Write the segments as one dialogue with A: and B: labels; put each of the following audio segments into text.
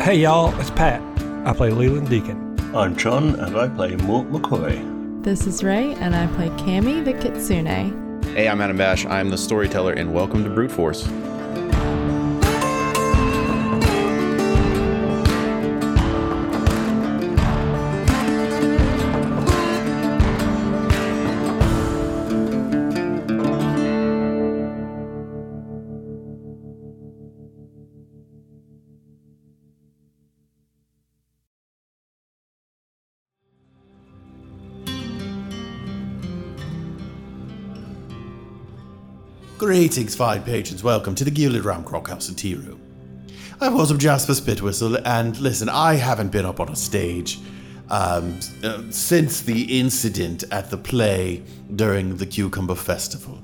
A: Hey y'all, it's Pat. I play Leland Deacon.
B: I'm John and I play Mort McCoy.
C: This is Ray, and I play Cammy the Kitsune.
D: Hey, I'm Adam Bash. I'm the storyteller, and welcome to Brute Force.
E: Greetings, fine patrons. Welcome to the Gilded Ram Crockhouse and Tea Room. I was of Jasper Spitwhistle, and listen, I haven't been up on a stage um, s- uh, since the incident at the play during the Cucumber Festival.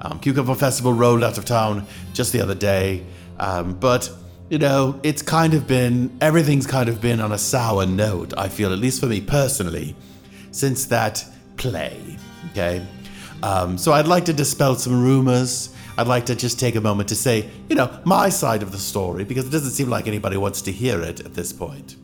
E: Um, Cucumber Festival rolled out of town just the other day, um, but you know, it's kind of been everything's kind of been on a sour note. I feel, at least for me personally, since that play. Okay. Um, so I'd like to dispel some rumors. I'd like to just take a moment to say, you know, my side of the story, because it doesn't seem like anybody wants to hear it at this point.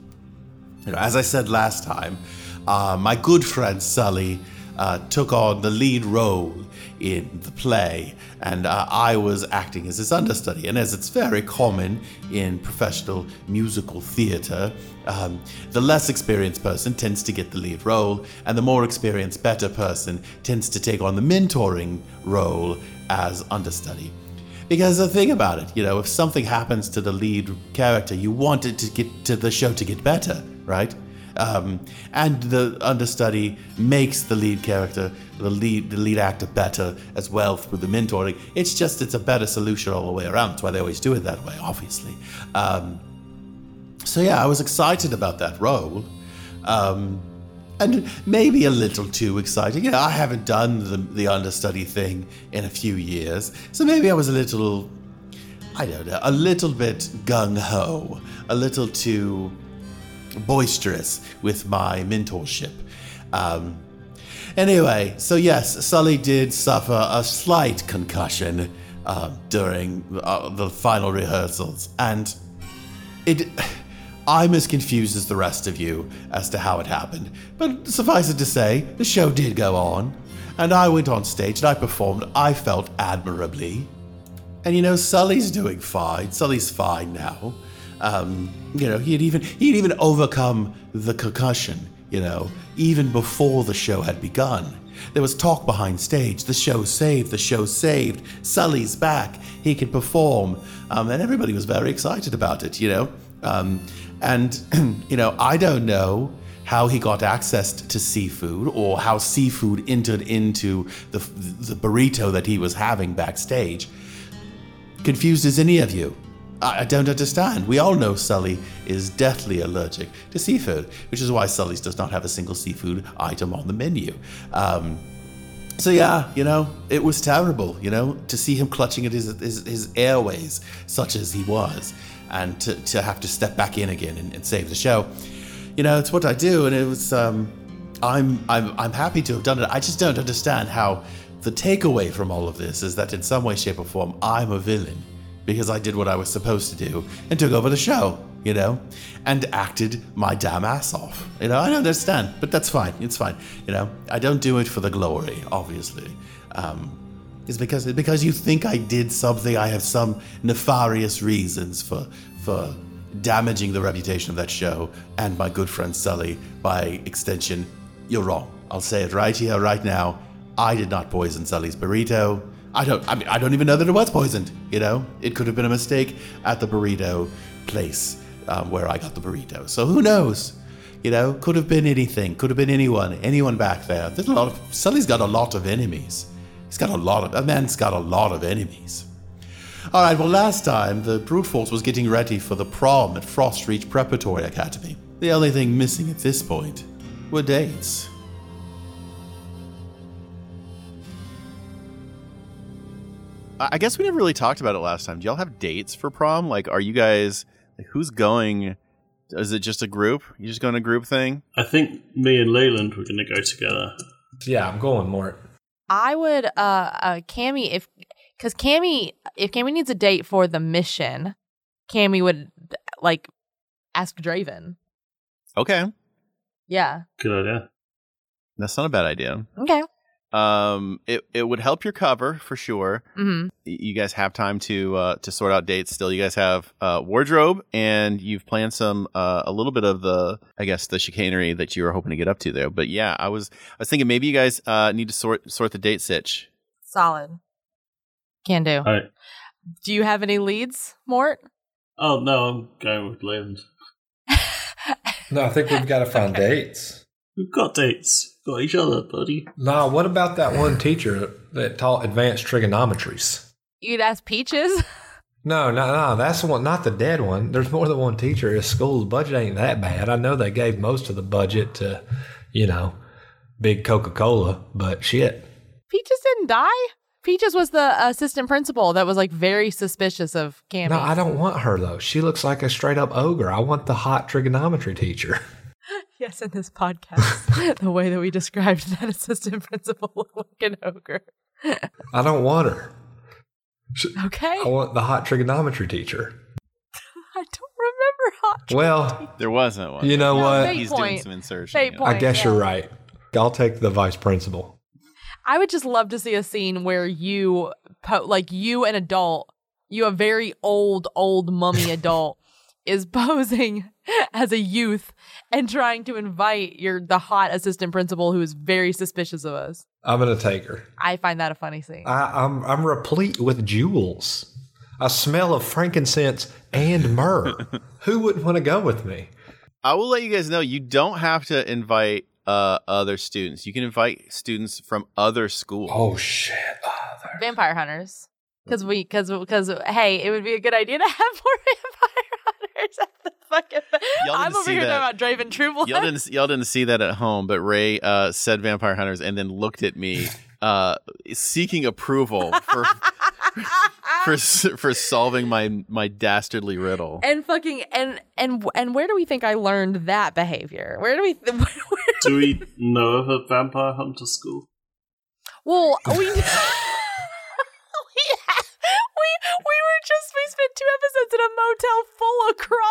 E: You know, as I said last time, uh, my good friend Sully uh, took on the lead role in the play, and uh, I was acting as his understudy. And as it's very common in professional musical theatre, um, the less experienced person tends to get the lead role, and the more experienced, better person tends to take on the mentoring role as understudy. Because the thing about it, you know, if something happens to the lead character, you want it to get to the show to get better, right? Um, and the understudy makes the lead character, the lead, the lead actor, better as well through the mentoring. It's just it's a better solution all the way around. That's why they always do it that way, obviously. Um, so yeah, I was excited about that role. Um, and maybe a little too exciting. You know, I haven't done the, the understudy thing in a few years, so maybe I was a little, I don't know, a little bit gung ho, a little too boisterous with my mentorship. Um, anyway, so yes, Sully did suffer a slight concussion uh, during uh, the final rehearsals, and it I'm as confused as the rest of you as to how it happened. But suffice it to say, the show did go on. And I went on stage and I performed, I felt admirably. And you know, Sully's doing fine. Sully's fine now. Um, you know, he'd even he'd even overcome the concussion, you know, even before the show had begun. There was talk behind stage. The show's saved. The show's saved. Sully's back. He can perform. Um, and everybody was very excited about it, you know. Um, and, you know, I don't know how he got access to seafood or how seafood entered into the, the burrito that he was having backstage. Confused as any of you. I I don't understand. We all know Sully is deathly allergic to seafood, which is why Sully's does not have a single seafood item on the menu. Um, so yeah, you know, it was terrible, you know, to see him clutching at his his, his airways, such as he was, and to, to have to step back in again and, and save the show. You know, it's what I do, and it was. Um, I'm I'm I'm happy to have done it. I just don't understand how the takeaway from all of this is that in some way, shape, or form, I'm a villain because I did what I was supposed to do and took over the show, you know, and acted my damn ass off. You know, I don't understand, but that's fine. It's fine. You know, I don't do it for the glory, obviously. Um, it's because because you think I did something. I have some nefarious reasons for for damaging the reputation of that show and my good friend Sully. By extension, you're wrong. I'll say it right here, right now. I did not poison Sully's burrito. I don't. I mean, I don't even know that it was poisoned. You know, it could have been a mistake at the burrito place um, where I got the burrito. So who knows? You know, could have been anything. Could have been anyone. Anyone back there. There's a lot of. Sully's got a lot of enemies. He's got a lot of. A man's got a lot of enemies. All right. Well, last time the brute force was getting ready for the prom at Frost Reach Preparatory Academy. The only thing missing at this point were dates.
D: I I guess we never really talked about it last time. Do y'all have dates for prom? Like, are you guys like who's going? Is it just a group? You just going a group thing?
B: I think me and Leland were going to go together.
A: Yeah, I'm going Mort.
C: I would, uh, uh, Cammy, if, because Cammy, if Cammy needs a date for the mission, Cammy would, like, ask Draven.
D: Okay,
C: Yeah.
B: Good idea.
D: that's not a bad idea.
C: Okay.
D: Um, it it would help your cover for sure.
C: hmm
D: Y- You guys have time to uh, to sort out dates. Still, you guys have uh, wardrobe, and you've planned some uh, a little bit of the I guess the chicanery that you were hoping to get up to there. But yeah, I was I was thinking maybe you guys uh, need to sort sort the date sitch.
C: Solid. Can do.
A: Uh,
B: All right.
C: Do you have any leads, Mort?
B: Oh no, I'm going with Leyland.
A: No, I think we've got to find dates.
B: We've got dates. Got each other, buddy.
A: Nah, what about that one teacher that taught advanced trigonometries?
C: You could ask Peaches.
A: No, no, no. That's the one, not the dead one. There's more than one teacher. His school's budget ain't that bad. I know they gave most of the budget to, you know, big Coca Cola, but shit.
C: Peaches didn't die. Peaches was the assistant principal that was like very suspicious of Cammy.
A: No, I don't want her though. She looks like a straight up ogre. I want the hot trigonometry teacher.
C: Yes, in this podcast, the way that we described that assistant principal looked like an ogre.
A: I don't want her.
C: Okay,
A: I want the hot trigonometry teacher.
C: I don't remember hot.
A: Well,
D: There wasn't one.
A: you know
C: No,
A: what?
C: they-
D: he's doing
C: point.
D: some insertion.
C: They
D: yeah.
A: I
C: point.
A: guess you're
C: yeah.
A: right. I'll take the vice principal.
C: I would just love to see a scene where you, po- like you, an adult, you a very old, old mummy adult, is posing as a youth and trying to invite your the hot assistant principal who is very suspicious of us.
A: I'm gonna take her.
C: I find that a funny scene.
A: I, I'm I'm replete with jewels, a smell of frankincense and myrrh. Who wouldn't want to go with me?
D: I will let you guys know you don't have to invite uh, other students. You can invite students from other schools.
A: shit!
C: Vampire hunters. Because we, because, because, hey, it would be a good idea to have more vampire hunters at the fucking.
D: Y'all
C: I'm
D: didn't
C: over
D: see
C: here
D: that.
C: talking about Draven Trubel.
D: Y'all didn't y'all didn't see that at home, but Ray uh, said vampire hunters and then looked at me uh, seeking approval for for s- for solving my my dastardly riddle.
C: and fucking and and and where do we think I learned that behavior? Where do we? Th- where, where-
B: Do we know of a vampire hunter school?
C: well, we. we have- we we were just we spent two episodes in a motel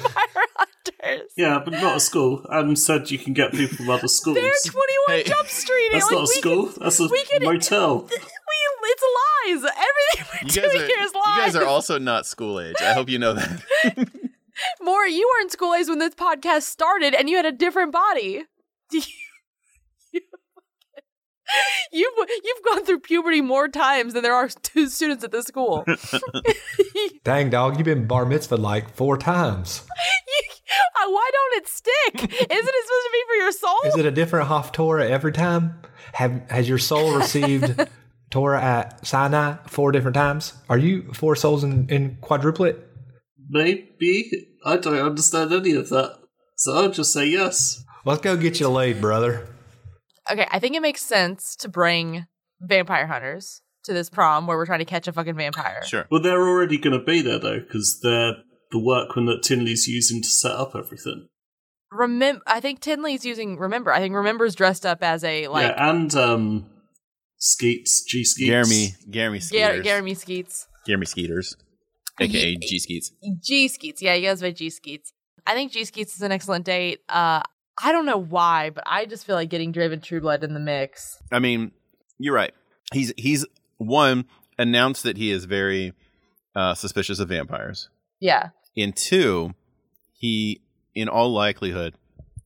C: full of crawling with vampire hunters.
B: Yeah, but not a school. Adam said you can get people from other schools.
C: They're 21
D: Hey,
C: Jump Street.
B: That's
C: like,
B: not a
C: we
B: school.
C: Could,
B: That's a
C: we could-
B: motel.
C: th- we, it's lies. Everything we're
D: You guys,
C: doing
D: are,
C: here is
D: you
C: lies.
D: guys are also not school age. I hope you know that.
C: More, you were in school age when this podcast started, and you had a different body. You, you've you've gone through puberty more times than there are two students at this school.
A: Dang dog, you've been bar mitzvah like four times.
C: Uh, Why don't it stick? Isn't it supposed to be for your soul?
A: Is it a different Haftorah every time? Have has your soul received Torah at Sinai four different times? Are you four souls in, in quadruplet?
B: Maybe. I don't understand any of that. So I'll just say yes.
A: Let's go get you laid, brother.
C: okay, I think it makes sense to bring vampire hunters to this prom where we're trying to catch a fucking vampire.
D: Sure.
B: Well, they're already going to be there, though, because they're the workmen that Tinley's using to set up everything.
C: Remember, I think Tinley's using remember. I think remember's dressed up as a like
B: yeah, and um, Skeets, G Skeets.
D: Jeremy, Jeremy Skeeters.
C: Gar- Jeremy Skeets.
D: Jeremy Skeeters, aka G Skeets.
C: G Skeets. Yeah, he goes by G Skeets. I think G Skeets is an excellent date. Uh, I don't know why, but I just feel like getting Draven Trueblood in the mix.
D: I mean, you're right. He's he's one announced that he is very uh, suspicious of vampires.
C: Yeah.
D: And two, he in all likelihood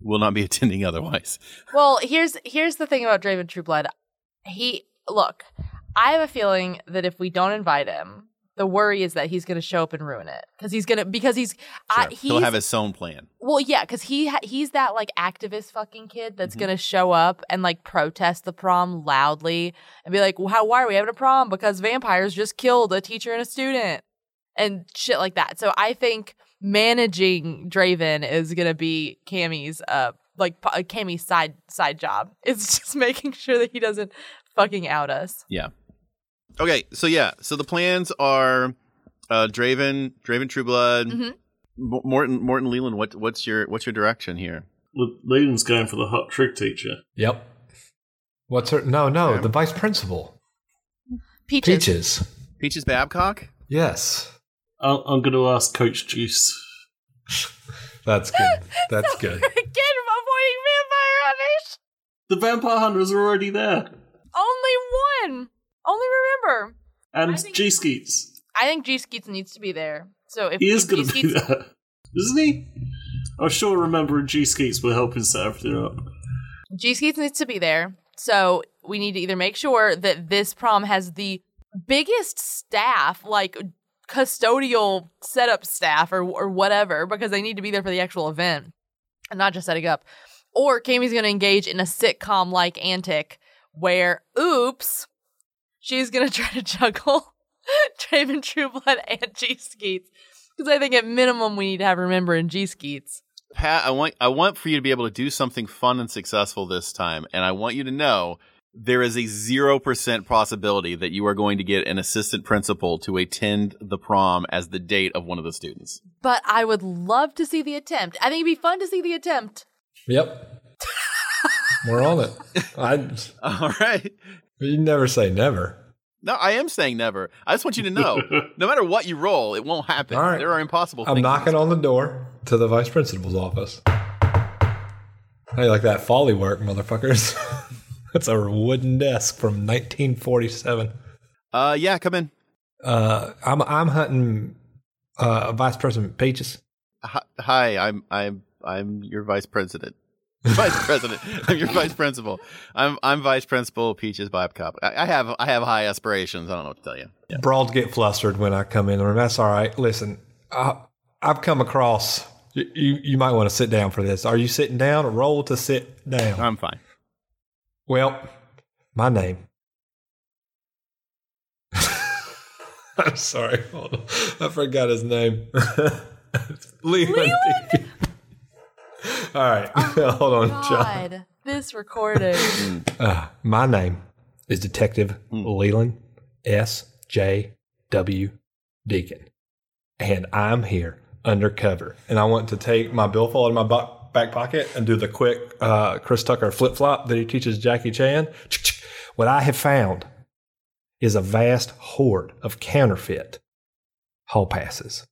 D: will not be attending otherwise.
C: Well, here's here's the thing about Draven Trueblood. He look. I have a feeling that if we don't invite him, the worry is that he's going to show up and ruin it because he's going to because he's I,
D: Sure.
C: he's
D: He'll have his own plan.
C: Well, yeah, because he ha- he's that like activist fucking kid that's gonna show up and like protest the prom loudly and be like, well, "How? Why are we having a prom? Because vampires just killed a teacher and a student and shit like that." So I think managing Draven is gonna be Cammy's uh like po- Cammy's side side job. It's just making sure that he doesn't fucking out us.
D: Yeah. Okay, so yeah, so the plans are uh Draven, Draven Trueblood,
C: Mhm.
D: M- Morton Morton Leland, what what's your what's your direction here?
B: Well, Leyland's going for the hot trick teacher.
A: Yep. What's her? No, no, the vice principal.
C: Peaches.
A: Peaches.
D: Peaches Babcock?
A: Yes.
B: I'll, I'm going to ask Coach Juice.
A: That's good. That's good.
C: Again, avoiding vampire hunters.
B: The vampire hunter is already there.
C: Only one. Only remember.
B: And
C: I think-
B: G Skeets.
C: I think G Skeets needs to be there. So if
B: He is
C: if
B: going
C: G
B: to be
C: Skeets-
B: there. Isn't he? I'm sure remembering G Skeets will help him set everything up.
C: G Skeets needs to be there. So we need to either make sure that this prom has the biggest staff, like custodial setup staff or, or whatever, because they need to be there for the actual event and not just setting up. Or Kami's going to engage in a sitcom like antic where, oops, she's going to try to juggle Draven Trueblood and G Skeets. Because I think at minimum we need to have Remember and G Skeets.
D: Pat, I want I want for you to be able to do something fun and successful this time, and I want you to know there is a zero percent possibility that you are going to get an assistant principal to attend the prom as the date of one of the students.
C: But I would love to see the attempt. I think it'd be fun to see the attempt.
A: Yep. We're on it. I
D: All right.
A: you never say never.
D: No, I am saying never. I just want you to know, no matter what you roll, it won't happen.
A: All right.
D: There are impossible
A: I'm
D: things.
A: knocking on the door to the vice principal's office. Hey, like that folly work, motherfuckers. That's a wooden desk from 1947.
D: Uh, yeah, come in.
A: Uh, I'm I'm hunting uh, Vice President Peaches.
D: Hi- Hi, I'm I'm I'm your vice president. Vice president. I'm your vice principal. I'm I'm vice principal Peaches Vibe Cop. I, I have I have high aspirations. I don't know what to tell you.
A: Broads get flustered when I come in the room. That's all right. Listen, I, I've come across. You, you you might want to sit down for this. Are you sitting down? Roll to sit down.
D: I'm fine.
A: Well, my name. I'm sorry. Hold on. I forgot his name. Leland. All right. Hold on, John.
C: God, this recording.
A: Uh, my name is Detective Leland S. J. W. Deacon, and I'm here undercover. And I want to take my billfold in my bo- back pocket and do the quick uh, Chris Tucker flip flop that he teaches Jackie Chan. What I have found is a vast hoard of counterfeit hall passes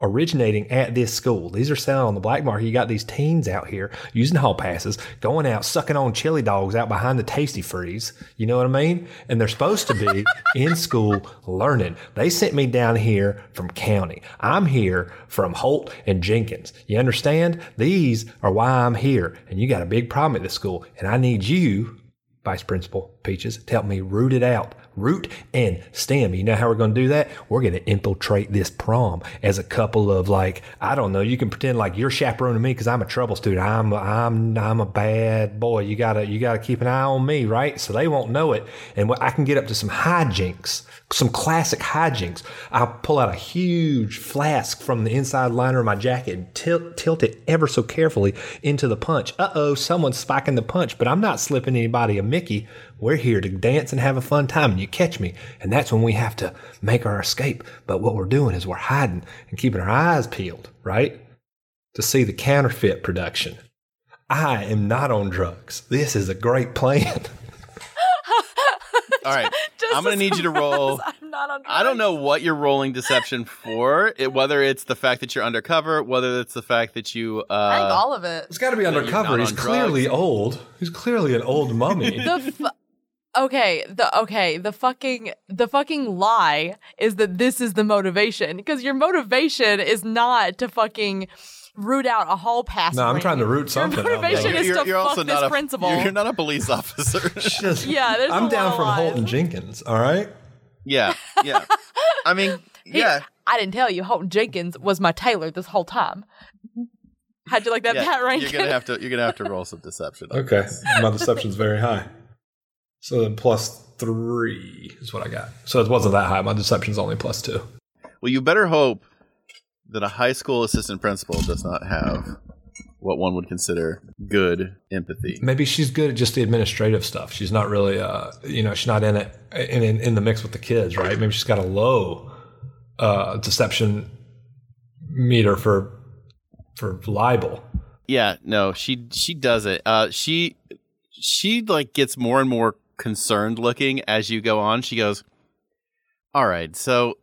A: originating at this school. These are selling on the black market. You got these teens out here using hall passes, going out, sucking on chili dogs out behind the tasty freeze. You know what I mean? And they're supposed to be in school learning. They sent me down here from county. I'm here from Holt and Jenkins. You understand? These are why I'm here. And you got a big problem at this school. And I need you Vice Principal Peaches to help me root it out. Root and stem. You know how we're going to do that? We're going to infiltrate this prom as a couple of like I don't know. You can pretend like you're chaperoning me because I'm a trouble student. I'm I'm I'm a bad boy. You gotta you gotta keep an eye on me, right? So they won't know it, and what- I can get up to some hijinks, some classic hijinks. I'll pull out a huge flask from the inside liner of my jacket and tilt tilt it ever so carefully into the punch. Uh oh, someone's spiking the punch, but I'm not slipping anybody a Mickey. We're here to dance and have a fun time, and you catch me. And that's when we have to make our escape. But what we're doing is we're hiding and keeping our eyes peeled, right? To see the counterfeit production. I am not on drugs. This is a great plan.
D: All right. I'm gonna
C: as
D: need you to roll.
C: I'm not on.
D: I don't
C: drugs.
D: know what you're rolling deception for. It, whether it's the fact that you're undercover, whether it's the fact that you
C: I think
D: uh,
C: all of it.
A: It's got to be
D: you're not
A: undercover. He's
D: on
A: clearly old. He's clearly an old mummy.
C: The f- okay, the okay, the fucking the fucking lie is that this is the motivation because your motivation is not to fucking root out a hall pass.
A: no, I'm
C: ring.
A: trying to root something. out.
C: motivation is- to fuck this
D: not a
C: principal.
D: You're, you're not a police officer.
A: Just-
C: Yeah, there's
A: I'm
C: a lot
A: down
C: of
A: from
C: lies.
A: Holton Jenkins. All right.
D: yeah, yeah. I mean,
C: Hey,
D: yeah.
C: I didn't tell you. Holton Jenkins was my tailor this whole time. How'd you like that,
D: yeah.
C: Pat
D: you're
C: Rankin?
D: gonna have to. You're gonna have to roll some deception.
A: Okay. My deception's very high. So then plus three is what I got. So it wasn't that high. My deception's only plus two.
D: Well, you better hope that a high school assistant principal does not have what one would consider good empathy.
A: Maybe she's good at just the administrative stuff. She's not really, uh, you know, she's not in it in, in, in the mix with the kids, right? Maybe she's got a low uh, deception meter for for libel.
D: Yeah, no, she she does it. Uh, she she like gets more and more concerned looking as you go on. She goes, "All right, so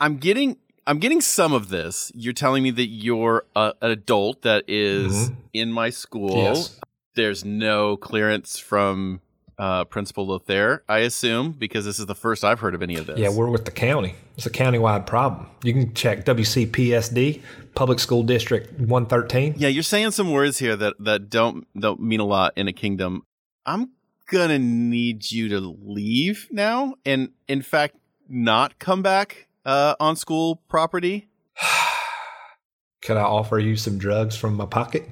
D: I'm getting." I'm getting some of this. You're telling me that you're a, an adult that is in my school.
A: Mm-hmm. Yes.
D: There's no clearance from uh, Principal Lothair, I assume, because this is the first I've heard of any of this.
A: Yeah, we're with the county. It's a countywide problem. You can check WCPSD, Public School District 113.
D: Yeah, you're saying some words here that that don't don't mean a lot in a kingdom. I'm gonna need you to leave now, and in fact, not come back uh, on school property.
A: Could I offer you some drugs from my pocket?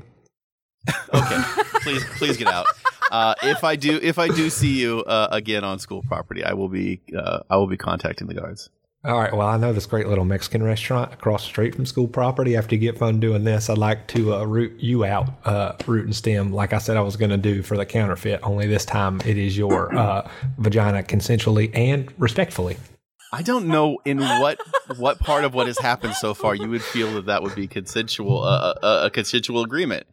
D: Okay, please please get out. Uh, if I do if I do see you uh, again on school property, I will be uh, I will be contacting the guards.
A: All right, well, I know this great little Mexican restaurant across the street from school property. After you get fun doing this, I'd like to uh, root you out, uh, root and stem, like I said I was going to do for the counterfeit, only this time it is your uh, vagina consensually and respectfully.
D: I don't know in what what part of what has happened so far you would feel that that would be consensual uh, uh, a consensual agreement.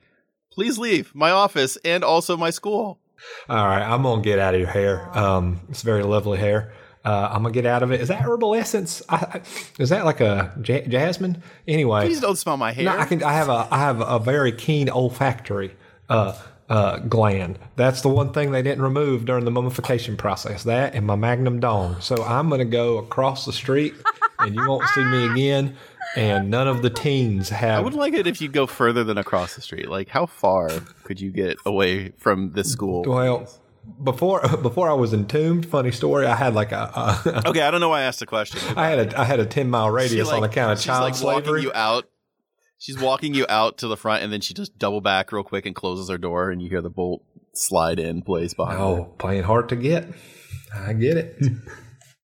D: Please leave my office and also my school.
A: All right, I'm gonna get out of your hair. Um, it's very lovely hair. Uh, I'm gonna get out of it. Is that herbal essence? I, I- is that like a ja- jasmine? Anyway,
D: Please don't smell my hair.
A: no, I can. I have a. I have a very keen olfactory uh, uh, gland. That's the one thing they didn't remove during the mummification process. That and my magnum dong. So I'm gonna go across the street, and you won't see me again. And none of the teens
D: I
A: have
D: would like it if you'd go further than across the street. Like, how far could you get away from this school?
A: Well, before before I was entombed, funny story. I had like a, a
D: Okay, I don't know why I asked the question.
A: I had a I had a ten mile
D: She,
A: radius on
D: like-
A: account of
D: she's,
A: child
D: like,
A: slavery.
D: Walking you out. She's walking you out to the front, and then she just double back real quick and closes her door, and you hear the bolt slide in place behind. her.
A: oh, playing hard to get. I get it.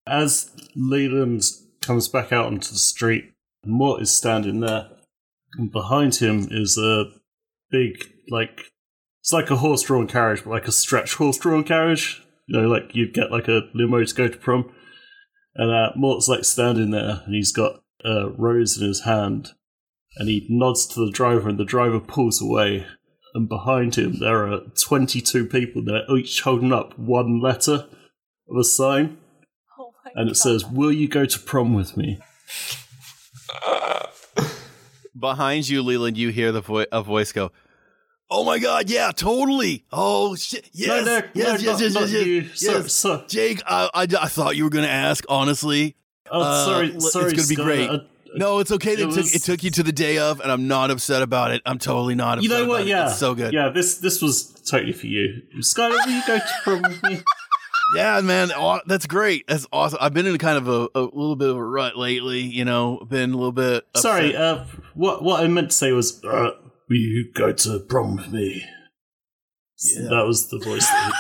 B: As Leland comes back out onto the street, Mort is standing there. And behind him is a big, like, it's like a horse drawn carriage, but like a stretch horse drawn carriage. You know, like you'd get like a limo to go to prom. And uh, Mort's like standing there and he's got a rose in his hand. And he nods to the driver and the driver pulls away. And behind him, there are 22 people. They're each holding up one letter of a sign
C: Oh my
B: and it says, "Will you go to prom with me?"
D: Behind you, Leland, you hear the vo- a voice go, "Oh my God, yeah, totally. Oh shit, yes,
B: no, no,
D: yes,
B: no,
D: yes,
B: not,
D: yes,
B: not
D: yes,
B: you.
D: yes,
B: So,
D: yes.
B: so,
D: Jake, I, I, I thought you were gonna ask. Honestly,
B: oh,
D: Uh,
B: sorry,
D: l- it's
B: sorry, Uh,
D: gonna be
B: Skylar.
D: great.
B: I-
D: No, it's okay.
B: It
D: That it,
B: was-
D: took, it took you to the day of, and I'm not upset about it. I'm totally not
B: you
D: upset.
B: know
D: about
B: what?
D: it.
B: Yeah,
D: It's so good.
B: Yeah, this this was totally for you, Skylar. Will you go to prom with me?
D: Yeah, man, aw- that's great. That's awesome. I've been in kind of a, a little bit of a rut lately. You know, been a little bit. upset.
B: Sorry, uh, what what I meant to say was, uh, "Will you go to prom with me?" So
D: Yeah.
B: That was the voice that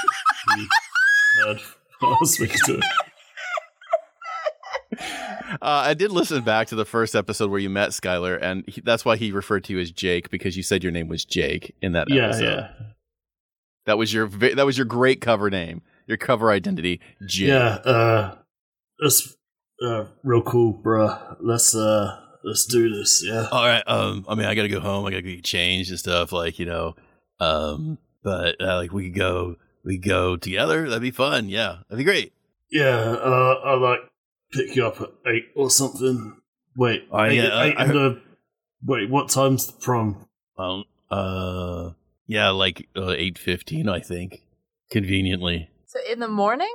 B: he heard. I was speaking to.
D: Uh, I did listen back to the first episode where you met Skylar, and he, that's why he referred to you as Jake because you said your name was uh, Jake in that
B: Yeah,
D: episode.
B: yeah,
D: That was your va- that was your great cover name, your cover identity, Jake.
B: yeah. Uh, that's uh, real cool, bruh. Let's uh, let's do this. Yeah.
D: all right um i mean i gotta go home i gotta get changed and stuff like you know um but uh, like we could go we could go together that'd be fun yeah that'd be great
B: Yeah, uh, I'll like pick you up at eight or something. Wait,
D: Oh,
B: eight,
D: yeah, I-
B: eight
D: I
B: in the wait. What time's the prom?
D: um uh yeah like uh, 8.15 i think conveniently
C: So in the morning,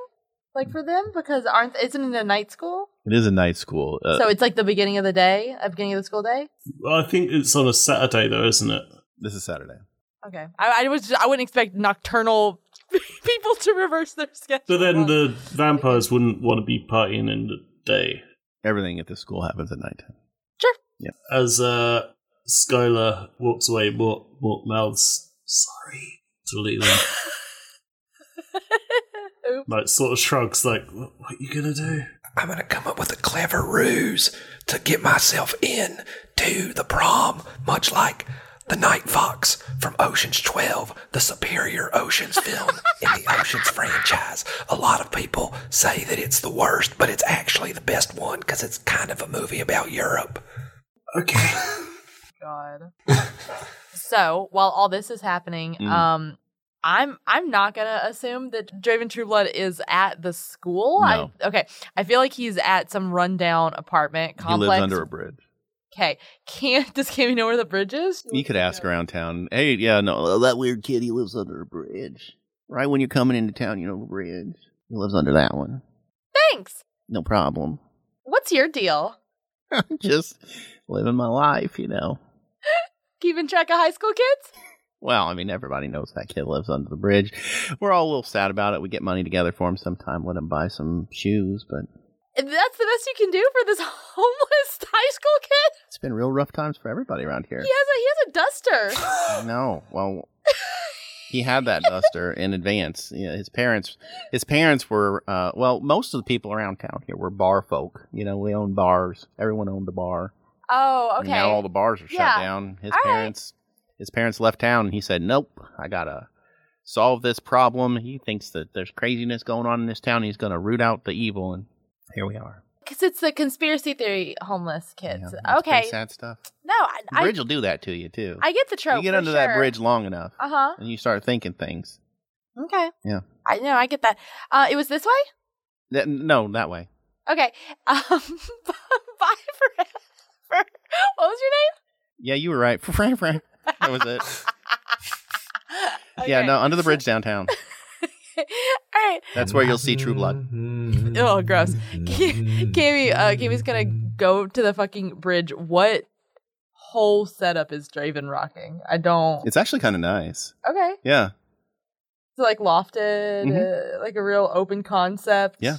C: like for them, because aren't isn't it a night school?
D: it is a night school uh,
C: so it's like the beginning of the day, uh, beginning of the school day.
B: I think it's on a Saturday though, isn't it?
D: this is saturday
C: Okay, I, I was just- I wouldn't expect nocturnal people to reverse their schedule. Oh
B: But then the vampires wouldn't want to be partying in the day.
D: everything at this school happens at nighttime
B: As uh, Skylar walks away, Mort, Mort mouths sorry to Leland.
C: Oops.
B: like sort of shrugs, like what, what you gonna do?
A: I'm gonna come up with a clever ruse to get myself in to the prom, much like the Night Fox from Ocean's 12, the superior Ocean's film in the Ocean's franchise. A lot of people say that it's the worst, but it's actually the best one because it's kind of a movie about Europe.
B: Okay.
C: God. so while all this is happening,
D: Mm.
C: um, I'm I'm not gonna assume that Draven Trueblood is at the school.
D: No.
C: I, okay, I feel like he's at some rundown apartment complex.
D: He lives under a bridge.
C: okay, can't does Cammy know where the bridge is?
D: You could ask around town. Hey, yeah, no, uh, that weird kid, he lives under a bridge. Right when you're coming into town, you know, the bridge. He lives under that one.
C: Thanks.
D: No problem.
C: What's your deal?
D: I'm just living my life, you know.
C: Keeping track of high school kids?
D: Well, I mean, everybody knows that kid lives under the bridge. We're all a little sad about it. We get money together for him sometime, let him buy some shoes, but
C: That's the best you can do for this homeless high school kid.
D: it's been real rough times for everybody around here.
C: He has a he has a duster.
D: No, well, he had that duster in advance. Yeah, his parents, his parents were, uh, well, most of the people around town here were bar folk. You know, we owned bars. Everyone owned a bar.
C: Oh,
D: And
C: okay.
D: now all the bars are shut
C: Yeah.
D: down. His
C: All right.
D: parents, his parents left town, and he said, "Nope, I gotta solve this problem." He thinks that there's craziness going on in this town. He's gonna root out the evil, and here we are.
C: Because it's the conspiracy theory homeless kids.
D: Yeah, that's pretty
C: okay.
D: sad stuff.
C: No, I,
D: The
C: I,
D: bridge will do that to you too.
C: I get the trope.
D: you get
C: for
D: under
C: sure.
D: that bridge long enough,
C: Uh huh.
D: and you start thinking things.
C: Okay.
D: Yeah.
C: I know. I get that. Uh, it was this way.
D: Th- no, that way.
C: Okay. Um, bye for, for what was
D: Yeah, you were right. Frank, Frank. That was it.
C: your name?
D: Yeah,
C: Okay.
D: no, under the bridge downtown.
C: All right.
D: That's where you'll see True Blood.
C: Oh, gross. Kimmy, uh, Kimmy's gonna go to the fucking bridge. What whole setup is Draven rocking? I don't.
D: It's actually kind of nice.
C: okay.
D: Yeah,
C: So like lofted, uh, like a real open concept.
D: Mm-hmm. Yeah.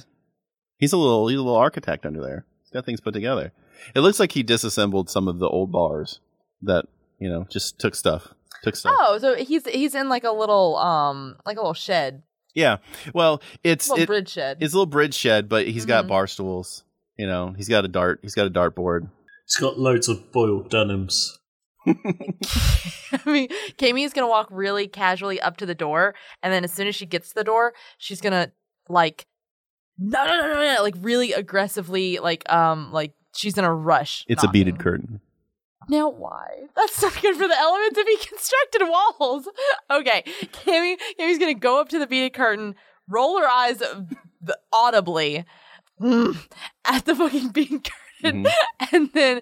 D: he's a little he's a little architect under there. He's got things put together. It looks like he disassembled some of the old bars that you know just took stuff, took stuff.
C: Oh, so he's he's in like a little um like a little shed,
D: Yeah. Well, it's
C: little
D: it,
C: bridge shed.
D: it's a little bridge shed, but he's got
C: Mhm.
D: bar stools. You know, he's got a dart. He's got a dartboard.
B: He's got loads of boiled denims.
C: I mean, Kami is gonna walk really casually up to the door, and then as soon as she gets to the door, she's gonna like no no no no no like really aggressively like um like she's in a rush.
D: It's a beaded
C: knocking.
D: curtain.
C: Now why? That's not good for the element to be constructed walls. Okay, Cammy, Cammy's gonna go up to the beaded curtain, roll her eyes v- audibly mm, at the fucking beaded curtain,
D: Mhm.
C: and then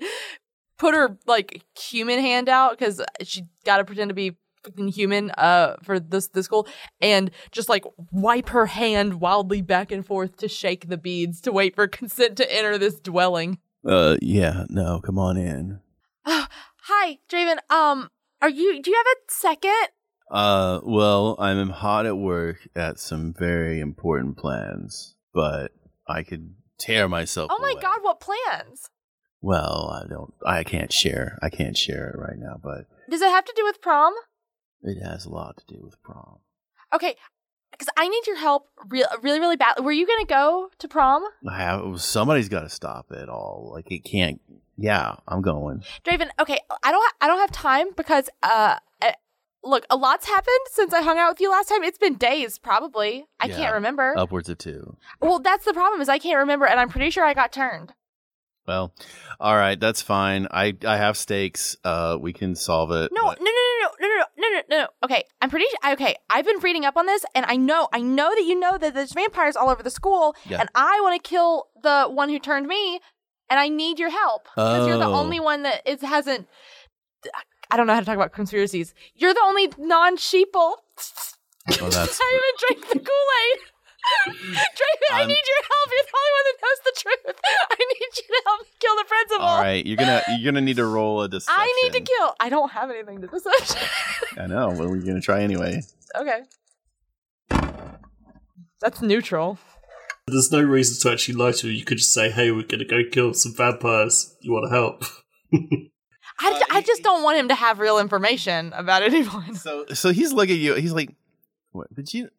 C: put her like human hand out because she got to pretend to be fucking human uh for this the school and just like wipe her hand wildly back and forth to shake the beads to wait for consent to enter this dwelling
D: Uh, yeah. No, come on in.
C: Oh, Hi, Draven. Um, are you? Do you have a second?
D: Uh, well, I'm hot at work at some very important plans, but I could tear myself.
C: Oh my
D: away.
C: God, what plans?
D: Well, I don't. I can't share. I can't share it right now, but
C: Does it have to do with prom?
D: it has a lot to do with prom.
C: Okay, because I need your help, real, really, really bad. Were you gonna go to prom,
D: I have. Somebody's got to stop it all. Like it can't. Yeah, I'm going.
C: Draven? Okay, I don't. I don't have time because uh. I- Look, a lot's happened since I hung out with you last time. It's been days, probably. I
D: Yeah. Oh.
C: can't remember.
D: Upwards of two.
C: Well, that's the problem is I can't remember, and I'm pretty sure I got turned.
D: Well, all right, that's fine. I I have stakes. Uh, we can solve it.
C: No, no, no, no, no, no, no, no, no, no. Okay, I'm pretty. su- Okay, I've been reading up on this, and I know, I know that you know that there's vampires all over the school,
D: Yeah.
C: and I want to kill the one who turned me, and I need your help because you're the
D: Oh.
C: only one that is hasn't. I don't know how to talk about conspiracies. You're the only non-sheeple.
D: Well, that's-
C: I even drank the Kool Aid. Draven, I
D: I'm-
C: need your help. You're the only one that knows the truth. I need you to help me kill the principal.
D: All right, you're gonna you're gonna need to roll a deception.
C: I need to kill. I don't have anything to deception.
D: I know. Well, we're gonna try anyway.
C: Okay. That's neutral.
B: There's no reason to actually lie to her. You could just say, hey, we're going to go kill some vampires. You want to help?
C: I, ju- I just don't want him to have real information about anyone.
D: So so he's looking at you. He's like, "What did you?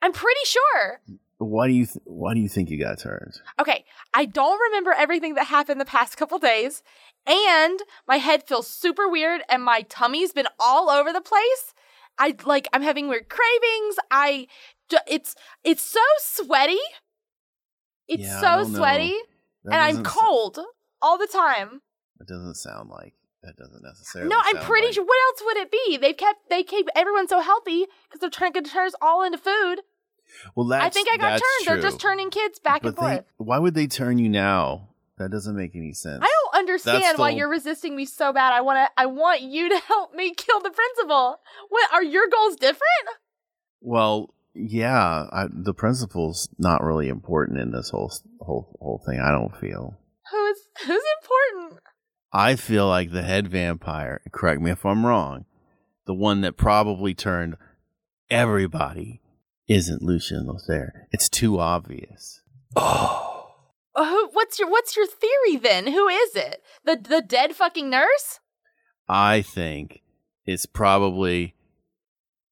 C: I'm pretty sure.
D: Why do you? Th- why do you think you got turned?
C: Okay, I don't remember everything that happened the past couple days, and my head feels super weird, and my tummy's been all over the place. I like I'm having weird cravings. I ju- it's it's so sweaty. It's
D: Yeah, I
C: so
D: don't know.
C: sweaty,
D: That
C: and I'm
D: doesn't sou-
C: cold all the time.
D: That doesn't sound like That doesn't necessarily.
C: No, I'm
D: sound
C: pretty
D: like-
C: sure. What else would it be? They've kept they keep everyone so healthy because they're trying to turn us all into food.
D: Well, that's,
C: I think I got turned.
D: that's
C: They're just
D: true.
C: turning kids back and
D: But they,
C: forth.
D: why would they turn you now? That doesn't make any sense.
C: I don't understand
D: That's
C: why
D: the-
C: you're resisting me so bad. I want to. I want you to help me kill the principal. What are your goals different?
D: Well, yeah, I, the principle's not really important in this whole whole whole thing. I don't feel.
C: Who's who's important?
D: I feel like the head vampire. Correct me if I'm wrong. The one that probably turned everybody isn't Lucian Lothair. It's too obvious.
A: Oh,
C: Uh, Who, what's your What's your theory then? Who is it? The the dead fucking nurse?
D: I think it's probably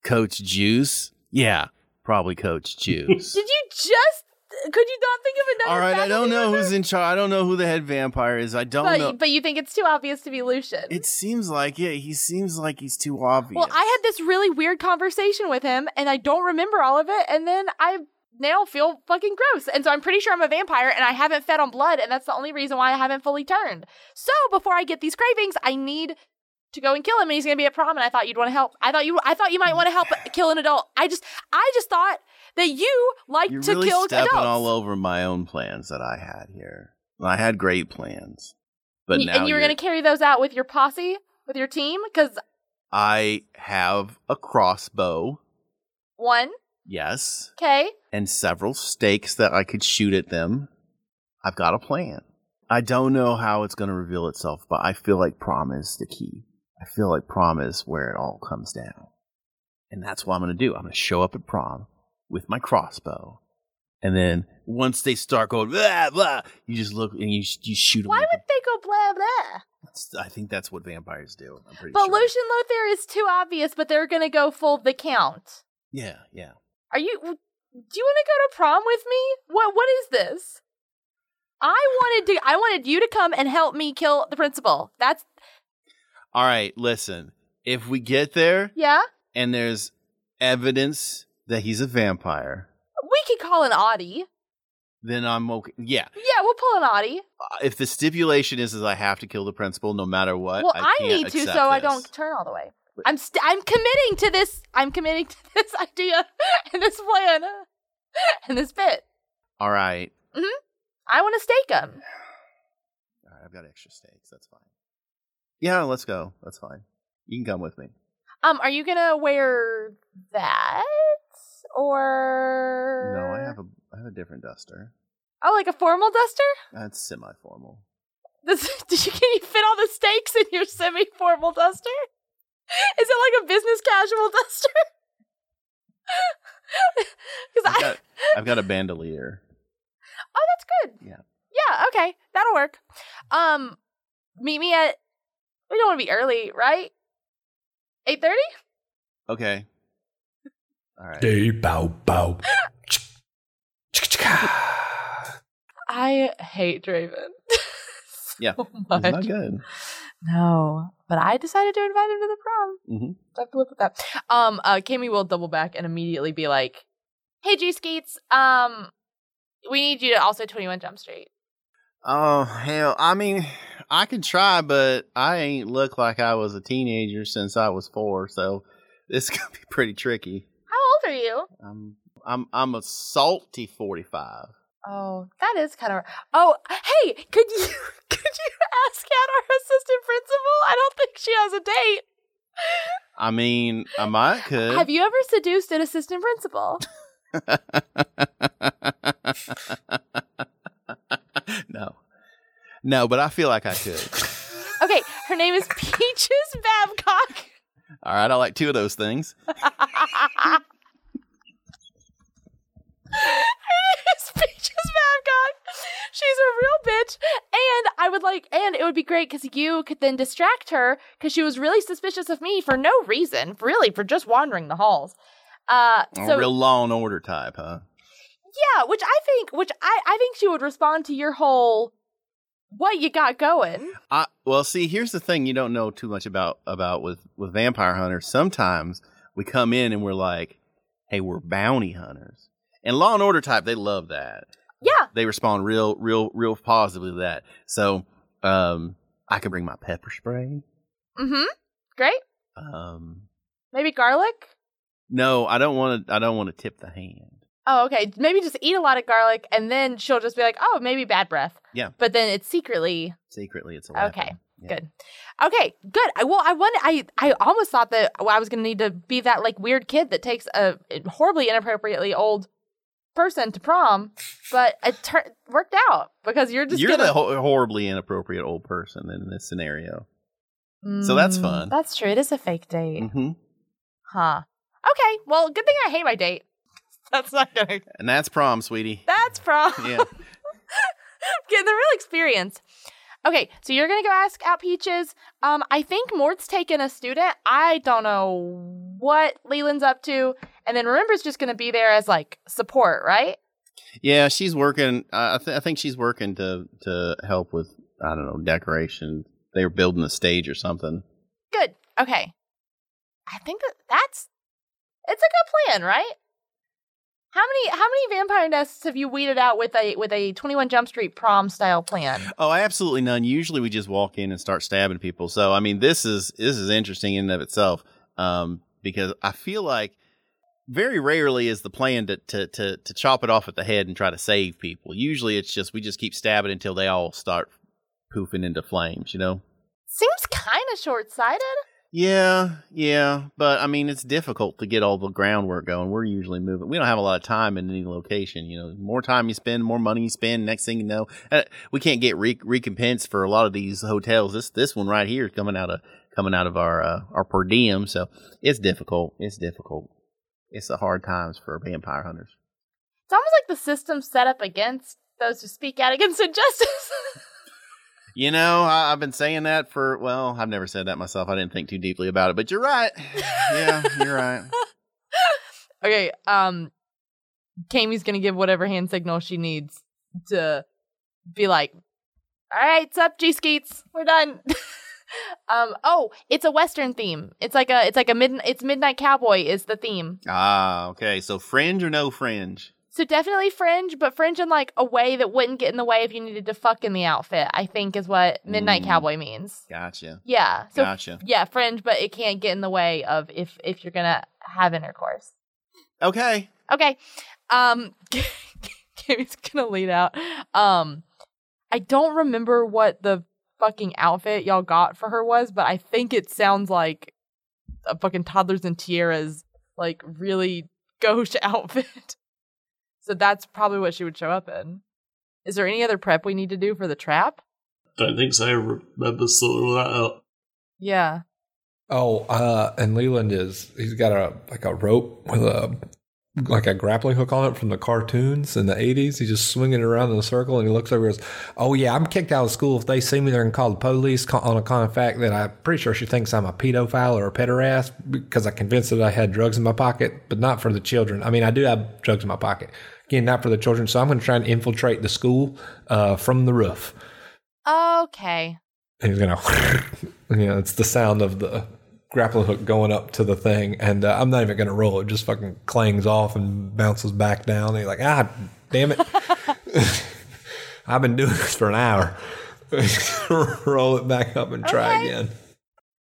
D: Coach Juice. Yeah, probably Coach Juice.
C: Did you just? Could you not think of another?
D: All right, I
C: faculty
D: don't know
C: member?
D: who's in charge. I don't know who the head vampire is. I don't
C: But,
D: know.
C: but you think it's too obvious to be Lucian?
D: It seems like yeah, he seems like he's too obvious.
C: Well, I had this really weird conversation with him, and I don't remember all of it. And then I now feel fucking gross, and so I'm pretty sure I'm a vampire, and I haven't fed on blood, and that's the only reason why I haven't fully turned. So before I get these cravings, I need to go and kill him, and he's gonna be at prom. And I thought you'd want to help. I thought you, I thought you might want to help kill an adult. I just, I just thought that you like
D: You're
C: to
D: really
C: kill
D: stepping
C: adults.
D: all over my own plans that I had here. I had great plans, but
C: Y-
D: now
C: and you
D: you're-
C: were gonna carry those out with your posse, with your team, because
D: I have a crossbow.
C: one,
D: Yes,
C: okay,
D: and several stakes that I could shoot at them. I've got a plan. I don't know how it's going to reveal itself, but I feel like prom is the key. I feel like prom is where it all comes down. And that's what I'm going to do. I'm going to show up at prom with my crossbow. And then once they start going, blah, blah, you just look and you, sh- you shoot them.
C: why would they go blah blah?
D: I think that's what vampires do. I'm pretty
C: But
D: sure.
C: Lucian Lothair is too obvious, but they're gonna go full the count.
D: Yeah, yeah.
C: Are you? Do you want to go to prom with me? What What is this? I wanted to. I wanted you to come and help me kill the principal. That's
D: All right, listen. If we get there,
C: yeah.
D: and there's evidence that he's a vampire,
C: We could call an Audie.
D: then I'm okay. Yeah.
C: Yeah, we'll pull an Audie.
D: Uh, If the stipulation is is I have to kill the principal no matter what,
C: well, I,
D: can't
C: need to, so
D: accept
C: I
D: this.
C: don't turn all the way. I'm st- I'm committing to this. I'm committing to this idea and this plan and this bit.
D: All right.
C: I want to stake him.
D: All right. I've got extra stakes. That's fine. Yeah, let's go. That's fine. You can come with me.
C: Um, are you gonna wear that or
D: No, I have a I have a different duster.
C: oh, like a formal duster?
D: That's semi-formal.
C: This, did you can you fit all the stakes in your semi-formal duster? Is it like a business casual duster? Because
D: I've
C: I,
D: got, I've got a bandolier.
C: oh, that's good.
D: Yeah.
C: Yeah. Okay, that'll work. Um, meet me at. We don't want to be early, right? Eight thirty.
D: Okay. All right.
A: day bow bow. Chick, chick, chicka.
C: I hate Draven.
D: Yeah.
C: so
D: It's
C: much.
D: not good.
C: No, but I decided to invite him to the prom.
D: Mhm.
C: I have to live with that. Um, uh, Kimmy will double back and immediately be like, "Hey, G Skeets, um, we need you to also Twenty One Jump Street."
D: Oh hell! I mean, I could try, but I ain't looked like I was a teenager since I was four, so this could be pretty tricky.
C: How old are you?
D: I'm I'm I'm a salty forty five.
C: Oh, that is kind of. Oh, hey, could you could you ask out our assistant principal? I don't think she has a date.
D: I mean, I might could.
C: Have you ever seduced an assistant principal?
D: no, no, but I feel like I could.
C: Okay, her name is Peaches Babcock.
D: All right, I like two of those things.
C: It's Peaches Babcock. She's a real bitch. And I would like, and it would be great because you could then distract her because she was really suspicious of me for no reason, really, for just wandering the halls. Uh,
D: a
C: so
D: Oh, real law and order type, huh?
C: yeah, which I think, which I, I think she would respond to your whole, what you got going.
D: I well, see, here's the thing you don't know too much about about with with vampire hunters. Sometimes we come in and we're like, "Hey, we're bounty hunters." And Law and Order type, they love that.
C: Yeah,
D: They respond real, real, real positively to that. So, um, I can bring my pepper spray.
C: Mm-hmm. Great.
D: Um,
C: Maybe garlic.
D: no, I don't want to. I don't want to tip the hand.
C: Oh, okay. Maybe just eat a lot of garlic, and then she'll just be like, "Oh, maybe bad breath."
D: Yeah.
C: But then it's secretly
D: Secretly, it's a
C: Okay,
D: weapon. Yeah.
C: good. Okay, good. I, well, I wonder. I I almost thought that I was gonna need to be that like weird kid that takes a horribly inappropriately old person to prom, but it tur- worked out because you're just
D: You're
C: gonna.
D: the ho- horribly inappropriate old person in this scenario. so that's
C: Mm,
D: fun.
C: That's true. It is a fake date,
D: hmm
C: huh? Okay. Well, good thing I hate my date. That's not gonna.
D: And that's prom, sweetie.
C: That's prom.
D: yeah.
C: getting the real experience. Okay, so you're gonna go ask out Peaches. Um, I think Mort's taking a student. I don't know what Leland's up to, and then Remember's just gonna be there as like support, right?
D: Yeah, she's working. I I, th- I think she's working to to help with I don't know decoration. They're building a stage or something.
C: Good. Okay. I think that that's it's a good plan, right? How many how many vampire nests have you weeded out with a with a Twenty One Jump Street prom style plan?
D: Oh, absolutely none. Usually we just walk in and start stabbing people. So I mean, this is this is interesting in and of itself um, because I feel like very rarely is the plan to, to to to chop it off at the head and try to save people. Usually it's just we just keep stabbing until they all start poofing into flames. You know.
C: Seems kind of short sighted.
D: Yeah, yeah, but I mean, it's difficult to get all the groundwork going. We're usually moving. We don't have a lot of time in any location. You know, The more time you spend, more money you spend. Next thing you know, uh, we can't get re- recompense for a lot of these hotels. This this one right here is coming out of coming out of our uh, our per diem. So it's difficult. It's difficult. It's the hard times for vampire hunters.
C: It's almost like the system set up against those who speak out against injustice.
D: You know, I, I've been saying that for well, I've never said that myself. I didn't think too deeply about it, but you're right. yeah, you're right.
C: Okay, um Kami's gonna give whatever hand signal she needs to be like, Alright, sup, G Skeets, we're done. um oh, it's a western theme. It's like a it's like a mid it's midnight cowboy is the theme.
D: Ah, okay. So fringe or no fringe?
C: So definitely fringe, but fringe in like a way that wouldn't get in the way if you needed to fuck in the outfit, I think is what midnight
D: Mm.
C: cowboy means.
D: Gotcha.
C: Yeah. So
D: gotcha.
C: yeah, fringe, but it can't get in the way of if if you're gonna have intercourse.
D: Okay.
C: Okay. Um Kimmy's gonna lead out. Um I don't remember what the fucking outfit y'all got for her was, but I think it sounds like a fucking toddlers and tiaras like really gauche outfit. so that's probably what she would show up in. Is there any other prep we need to do for the trap?
B: Don't think so. I remember sorting all that out.
C: Yeah.
A: Oh, uh, and Leland is he's got a like a rope with a like a grappling hook on it from the cartoons in the eighties. He's just swinging it around in a circle, and he looks over and goes, "Oh yeah, I'm kicked out of school if they see me. They're gonna call the police co- on account of fact that I'm pretty sure she thinks I'm a pedophile or a pederast because I convinced her that I had drugs in my pocket, but not for the children. I mean, I do have drugs in my pocket. Again, not for the children. So I'm gonna try and infiltrate the school uh, from the roof."
C: Okay.
A: and he's gonna you know it's the sound of the grappling hook going up to the thing and uh, i'm not even gonna roll it just fucking clangs off and bounces back down and you're like ah damn it i've been doing this for an hour roll it back up and try
C: Okay.
A: again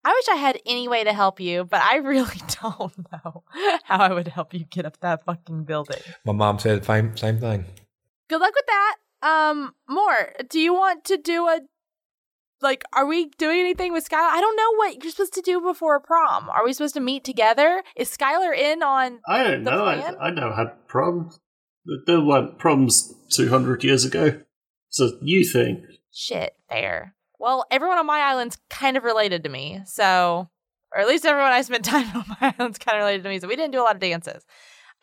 C: I wish I had any way to help you, but I really don't know how I would help you get up that fucking building.
A: my mom said same, same thing
C: good luck with that um more do you want to do a like are we doing anything with skylar i don't know what you're supposed to do before a prom are we supposed to meet together is skylar in on
B: I don't
C: The
B: know.
C: plan?
B: I, I never had prom. There- There weren't proms 200 years ago. It's a new thing.
C: shit there well everyone on my island's kind of related to me so or at least everyone i spent time on my island's kind of related to me so we didn't do a lot of dances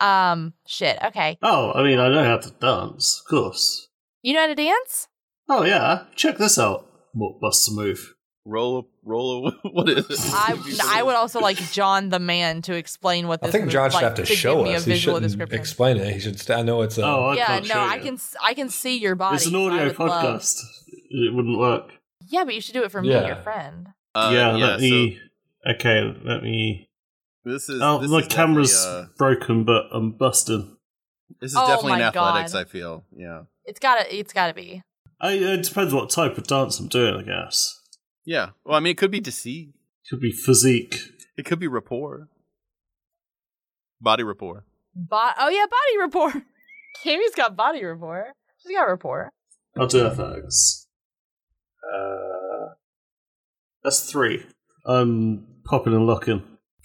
C: um shit okay
B: Oh, I mean, I know how to dance, of course.
C: you know how to dance
B: Oh, yeah. Check this out. What busts a move?
D: Roll, roll. a- What is it?
C: I, I would also like John the man to explain what
A: i
C: this
A: think
C: was
A: john should
C: like
A: have to,
C: give
A: show
C: me
A: us
C: A
A: he
C: visual
A: shouldn't
C: description.
A: explain it he should st- i know it's a
B: oh, I
C: yeah,
B: can't
C: no,
B: show
C: I
B: you.
C: can s- I can see your body.
B: It's an
C: so I
B: audio
C: would love-
B: podcast. It wouldn't work.
C: Yeah, but you should do it for me,
A: Yeah.
C: your friend.
D: Uh,
B: yeah,
D: yeah,
B: let
D: so
B: me. Okay, let me.
D: this is.
B: Oh,
D: this
B: my
D: is
B: camera's
D: definitely,
B: broken, but I'm busting.
D: uh, this is
C: Oh
D: definitely
C: my
D: an athletics.
C: God.
D: I feel. Yeah.
C: It's gotta it's gotta be.
B: uh, I, it depends what type of dance I'm doing, I guess.
D: Yeah. Well, I mean, it could be deceit.
B: Could be physique.
D: It could be rapport. Body rapport.
C: Bo- oh yeah, body rapport. Cammy's got body rapport. She's got rapport.
B: Artifacts. Uh, that's three. I'm popping and locking.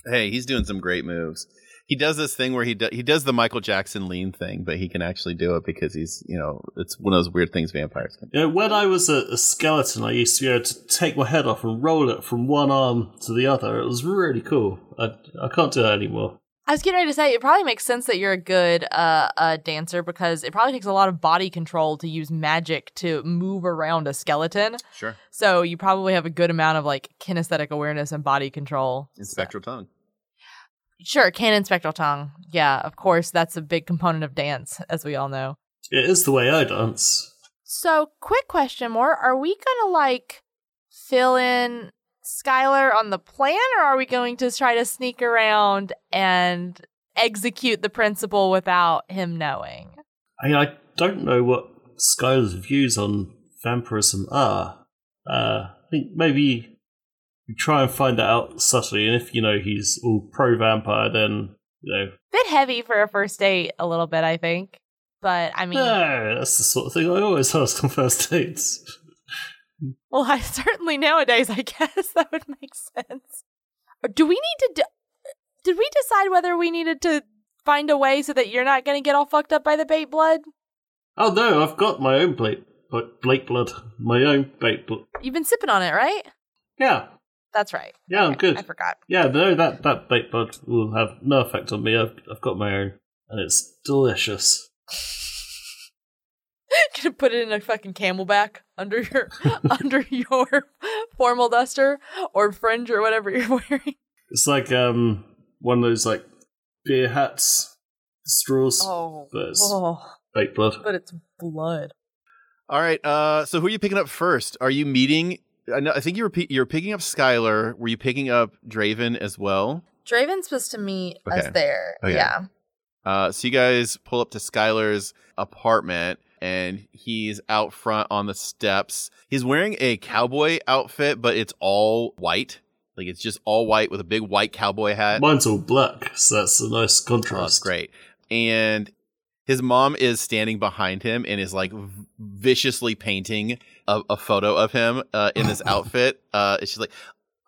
D: Hey, he's doing some great moves. He does this thing where he do- he does the Michael Jackson lean thing, but he can actually do it because he's you know it's one of those weird things vampires can. do.
B: You know, when I was a, a skeleton, I used to be able to take my head off and roll it from one arm to the other. It was really cool. I, I can't do that anymore.
C: I was getting ready to say it probably makes sense that you're a good uh, uh, dancer because it probably takes a lot of body control to use magic to move around a skeleton.
D: Sure,
C: So you probably have a good amount of like kinesthetic awareness and body control.
D: in spectral tongue.
C: Sure, cannon spectral tongue. Yeah, of course, that's a big component of dance, as we all know.
B: It is the way I dance.
C: So, quick question, more: Are we gonna like fill in Skylar on the plan, or are we going to try to sneak around and execute the principal without him knowing?
B: I mean, I don't know what Skylar's views on vampirism are. Uh, I think maybe we try and find that out subtly, and if you know he's all pro vampire, then you know,
C: Bit heavy for a first date, a little bit, I think. But I mean,
B: no, "Ah, that's the sort of thing I always ask on first dates.
C: well, I certainly nowadays, I guess that would make sense. Or Do we need to? d- did we decide whether we needed to find a way so that you're not going to get all fucked up by the bait blood?
B: Oh no, I've got my own Blake, Blake blood, my own Blake blood.
C: You've been sipping on it, right?
B: Yeah,
C: That's right.
B: yeah, I'm
C: Okay,
B: Oh, good.
C: I forgot.
B: Yeah, no, that that baked bud will have no effect on me. I've, I've got my own, and it's delicious.
C: Gonna put it in a fucking camelback under your under your formal duster or fringe or whatever you're wearing.
B: It's like um one of those like beer hats, straws,
C: Oh,
B: but it's
C: oh,
B: baked blood.
C: but it's blood.
D: All right. Uh, so who are you picking up first? Are you meeting? I, know, I think you were pe- you're picking up Skylar. Were you picking up Draven as well?
C: Draven's supposed to meet us
D: Okay.
C: there.
D: Okay.
C: Yeah.
D: Uh, so you guys pull up to Skylar's apartment, and he's out front on the steps. He's wearing a cowboy outfit, but it's all white. Like it's just all white with a big white cowboy hat.
B: Mine's all black, so that's a nice
D: Oh, that's
B: contrast.
D: great. And his mom is standing behind him and is like v- viciously painting a, a photo of him uh, in this outfit. Uh, and she's like,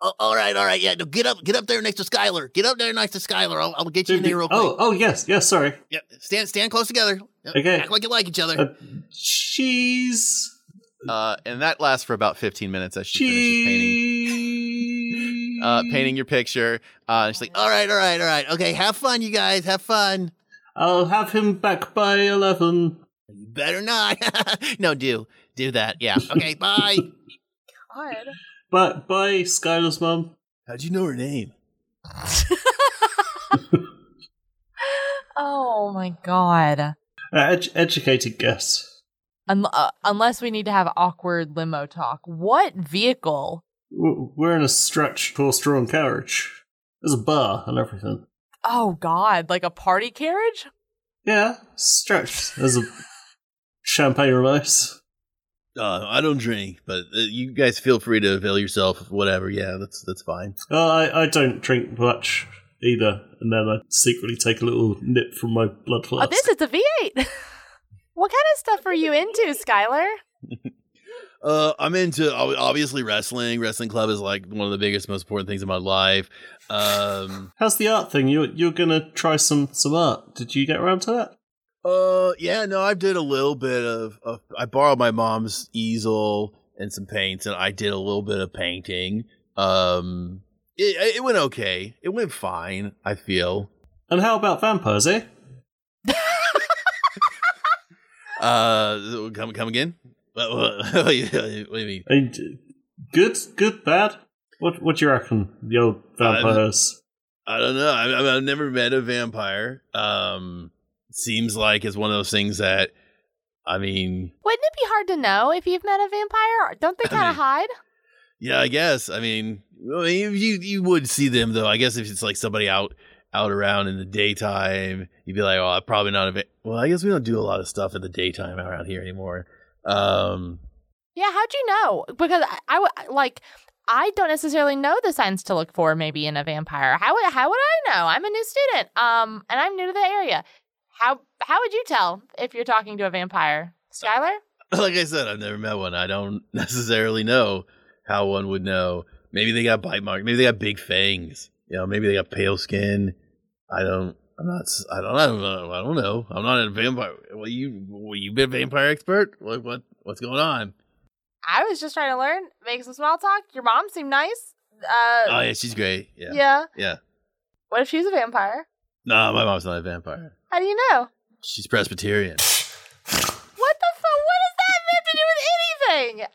D: "Oh, "All right, all right, yeah, no, get up, get up there next to Skylar. Get up there next to Skylar. I'll, I'll get you in there real quick.
B: oh, oh yes, yes. Sorry,
D: Yep. Stand, stand close together. Yep.
B: Okay.
D: Act like you like each
B: uh,
D: other."
B: cheese,
D: Uh, and that lasts for about fifteen minutes as she finishes painting.
B: cheese.
D: Uh, painting your picture. Uh, and she's like, "All right, all right, all right. Okay, have fun, you guys. Have fun.
B: I'll have him back by eleven.
D: You better not. no, do do that. Yeah. Okay. Bye."
C: God.
B: But bye, Skylar's mum.
D: How'd you know her name?
C: Oh my god.
B: Uh, ed- educated guess.
C: Un- uh, unless we need to have awkward limo talk. What vehicle?
B: W- We're in a stretched horse-drawn carriage. There's a bar and everything.
C: Oh god, like a party carriage?
B: Yeah, stretched. There's a champagne remote.
D: Uh, I don't drink, but uh, you guys feel free to avail yourself of whatever. Yeah, that's that's fine.
B: Oh, I, I don't drink much either, and then I secretly take a little nip from my blood
C: Oh,
B: flask.
C: this is a V8. what kind of stuff are you into, Skylar?
D: Uh, I'm into ob- obviously wrestling. Wrestling club is like one of the biggest, most important things in my life. Um,
B: How's the art thing? You're you're gonna try some some art. Did you get around to that?
D: uh, yeah, no, I did a little bit of, of. I borrowed my mom's easel and some paints, and I did a little bit of painting. Um, it, it went okay. It went fine. I feel.
B: And how about vampires? Eh?
D: Uh, come come again. What, what, what do you mean?
B: I mean, d- good, good, bad. What what do you reckon? The old vampires.
D: I don't know. I, I- I've never met a vampire. Um, seems like it's one of those things that, I mean,
C: Wouldn't it be hard to know if you've met a vampire? Don't they
D: I
C: kind
D: mean-
C: of hide?
D: yeah, I guess. I mean, I mean, you you would see them though. I guess if it's like somebody out out around in the daytime, you'd be like, oh, I'm probably not a. Va- well, I guess we don't do a lot of stuff in the daytime around here anymore. Um,
C: Yeah, how'd you know? Because I, I w- like I don't necessarily know the signs to look for maybe in a vampire. How would how would I know? I'm a new student. Um and I'm new to the area. How how would you tell if you're talking to a vampire? Skylar?
D: like I said, I've never met one. I don't necessarily know how one would know. Maybe they got bite marks. Maybe they got big fangs. You know, maybe they got pale skin. I don't. I'm not. s- I don't. I don't know. I don't know. I'm not a vampire. Well, you. Well, you been a vampire expert? What? What? What's going on?
C: I was just trying to learn, make some small talk. Your mom seemed nice. Uh
D: oh yeah, she's great. Yeah.
C: yeah.
D: yeah. Yeah.
C: What if she's a vampire?
D: No, my mom's not a vampire.
C: How do you know?
D: She's Presbyterian.
C: What the fuck? What does that have to do with anything?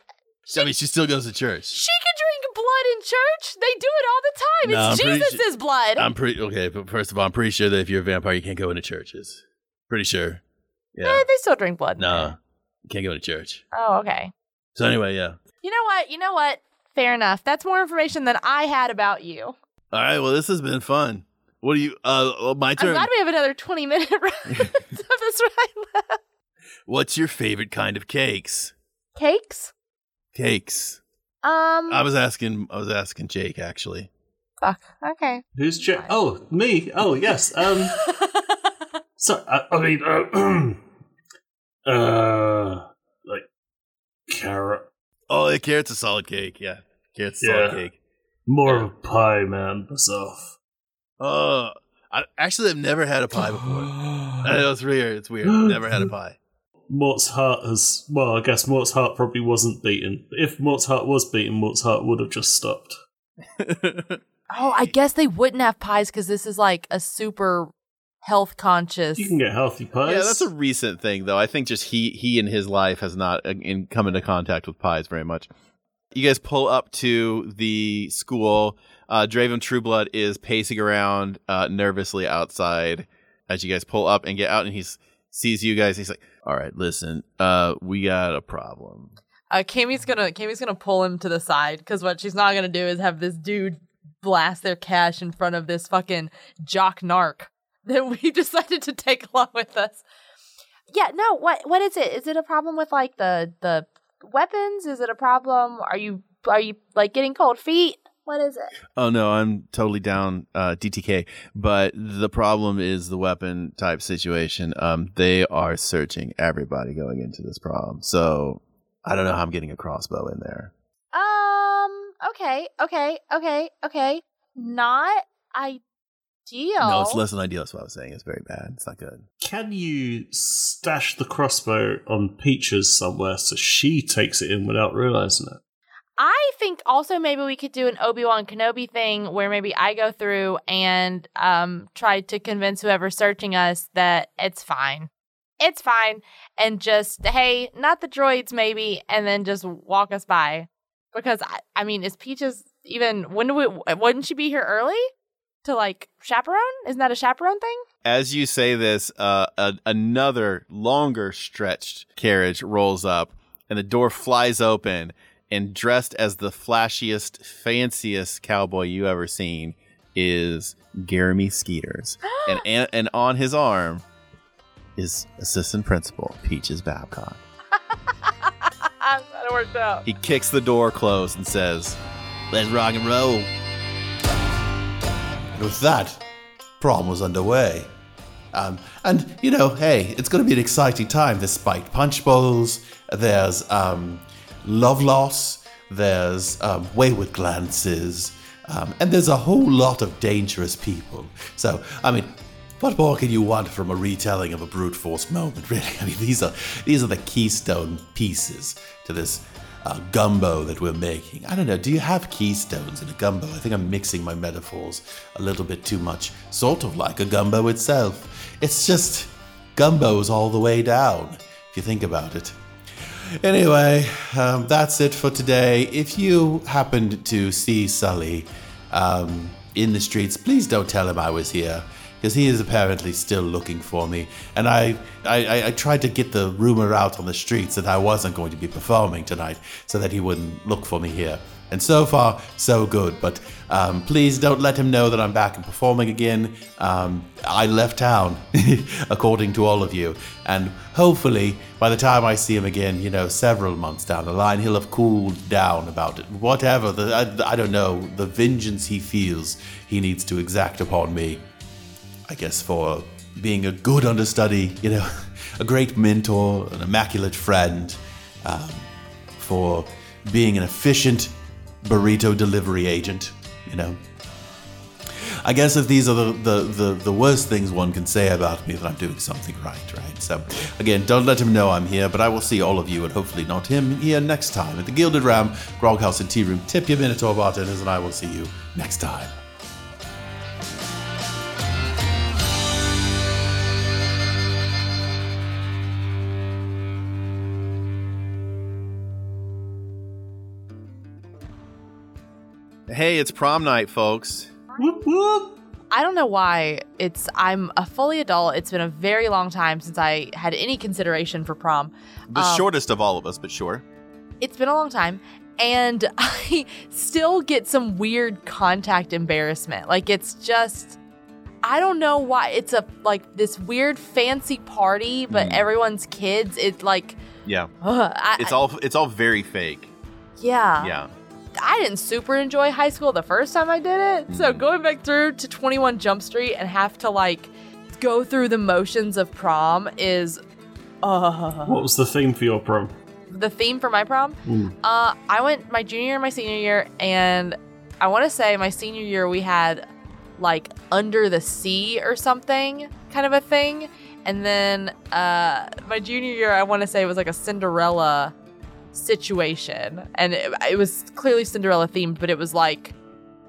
D: I mean, she still goes to church.
C: She can drink blood in church. They do it all the time.
D: No,
C: it's
D: I'm pretty
C: Jesus' blood.
D: I'm pretty okay, but first of all, I'm pretty sure that if you're a vampire, you can't go into churches. Pretty sure. Yeah.
C: Eh, they still drink blood. in
D: No,
C: there.
D: you can't go to church.
C: Oh, okay.
D: So anyway, yeah.
C: You know what? You know what? Fair enough. That's more information than I had about you.
D: All right. Well, this has been fun. What do you? Uh, well, my
C: I'm
D: turn.
C: glad we have another 20 minute round of this round.
D: What's your favorite kind of cakes?
C: Cakes?
D: Cakes.
C: Um.
D: I was asking. I was asking Jake actually.
C: fuck. Okay.
B: Who's Jake? Oh, me. Oh, yes. Um, so I, I mean, uh, uh, like carrot.
D: Oh, yeah, carrot's a solid cake. Yeah, carrot's a
B: Yeah.
D: solid cake.
B: More of a pie man myself.
D: Oh, I actually have never had a pie before. I know it's weird. It's weird. never had a pie.
B: Mort's heart has. Well, I guess Mort's heart probably wasn't beaten. If Mort's heart was beaten, Mort's heart would have just stopped.
C: Oh, I guess they wouldn't have pies because this is like a super health conscious.
B: You can get healthy pies.
D: Yeah, that's a recent thing, though. I think just he he in his life has not uh, in, come into contact with pies very much. You guys pull up to the school. Uh, Draven Trueblood is pacing around uh, nervously outside as you guys pull up and get out, and he sees you guys. He's like, "All right, listen, uh, we got a problem."
C: Uh, Kimmy's gonna Kimmy's gonna pull him to the side because what she's not gonna do is have this dude blast their cash in front of this fucking jock narc that we decided to take along with us. Yeah, no. What what is it? Is it a problem with like the the weapons? Is it a problem? Are you are you like getting cold feet? What is it?
D: Oh no, I'm totally down uh, DTK. But the problem is the weapon type situation. Um, they are searching everybody going into this problem. So I don't know how I'm getting a crossbow in there.
C: Um. Okay. Okay. Okay. Okay. Not ideal.
D: No, it's less than ideal. That's what I was saying. It's very bad. It's not good.
B: Can you stash the crossbow on Peaches somewhere so she takes it in without realizing it?
C: I think also maybe we could do an Obi Wan Kenobi thing where maybe I go through and um, try to convince whoever's searching us that it's fine. It's fine. And just, hey, not the droids, maybe, and then just walk us by. Because, I, I mean, is Peaches even, when do we, wouldn't she be here early to like chaperone? Isn't that a chaperone thing?
D: As you say this, uh, a, another longer stretched carriage rolls up, and the door flies open. And dressed as the flashiest, fanciest cowboy you ever seen is Jeremy Skeeters. and, and and on his arm is assistant principal Peaches Babcock.
C: I'm glad it worked out.
D: He kicks the door closed and says, "Let's rock and roll."
E: And with that, prom was underway. Um, and, you know, hey, it's going to be an exciting time. There's spiked punch bowls, there's um, love loss, there's um, wayward glances, um, and there's a whole lot of dangerous people. So, I mean, what more can you want from a retelling of a brute force moment, really? I mean, these are these are the keystone pieces to this uh, gumbo that we're making. I don't know. Do you have keystones in a gumbo? I think I'm mixing my metaphors a little bit too much. Sort of like a gumbo itself. It's just gumbo's all the way down, if you think about it. Anyway, um, that's it for today. If you happened to see Sully um, in the streets, please don't tell him I was here, because he is apparently still looking for me. And I, I, I- I tried to get the rumor out on the streets that I wasn't going to be performing tonight, so that he wouldn't look for me here. And so far, so good. But um, please don't let him know that I'm back and performing again. Um, I left town, according to all of you. And hopefully, by the time I see him again, you know, several months down the line, he'll have cooled down about it. Whatever, the, I, I don't know, the vengeance he feels he needs to exact upon me. I guess for being a good understudy, you know, a great mentor, an immaculate friend, um, for being an efficient burrito delivery agent, you know. I guess if these are the, the, the, the worst things one can say about me, that I'm doing something right, right? So, again, don't let him know I'm here, but I will see all of you, and hopefully not him, here next time at the Gilded Ram, Grog House and Tea Room. Tip your Minotaur bartenders, and I will see you next time.
D: Hey, it's prom night, folks.
B: Whoop whoop.
C: I don't know why it's I'm a fully adult. It's been a very long time since I had any consideration for prom.
D: The
C: Um,
D: shortest of all of us, but sure.
C: It's been a long time and I still get some weird contact embarrassment. Like it's just I don't know why it's a like this weird fancy party but
D: Mm.
C: everyone's kids. It's like
D: Yeah,
C: ugh, I,
D: it's all it's all very fake.
C: yeah.
D: Yeah,
C: I didn't super enjoy high school the first time I did it.
D: Mm.
C: So going back through to 21 Jump Street and have to like go through the motions of prom is
D: Uh-huh.
C: uh
B: What was the theme for your prom?
C: the theme for my prom.
B: Mm.
C: Uh I went my junior and my senior year and I want to say my senior year we had like under the sea or something kind of a thing. And then uh my junior year I want to say it was like a Cinderella situation. And it, it was clearly Cinderella themed, but it was like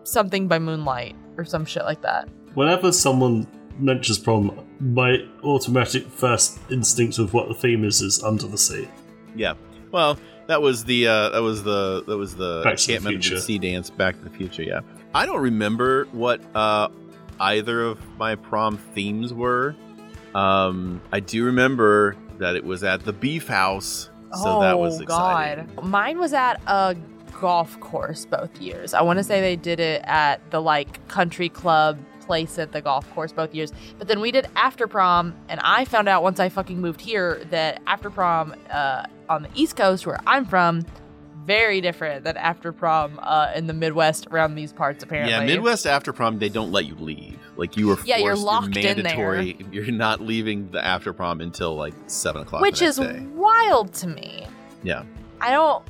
C: something by moonlight or some shit like that.
B: Whenever someone mentions prom, my automatic first instinct of what the theme is is Under the Sea.
D: yeah. Well, that was the uh, that was the that was the
B: Back to the
D: enchantment of the
B: Future.
D: sea dance Back to the Future. Yeah, I don't remember what uh, either of my prom themes were. Um, I do remember that it was at the Beef House, so that was exciting.
C: Oh, God. Mine was at a golf course both years. I want to say they did it at the like country club place at the golf course both years. But then we did after prom, and I found out once I fucking moved here that after prom uh, on the East Coast, where I'm from, very different than after prom uh, in the Midwest around these parts. Apparently,
D: Yeah, Midwest after prom, they don't let you leave. Like you were forced,
C: Yeah, you're locked in there.
D: mandatory. You're not leaving the after prom until like seven o'clock. the
C: which
D: next
C: is
D: day.
C: wild to me.
D: Yeah.
C: I don't.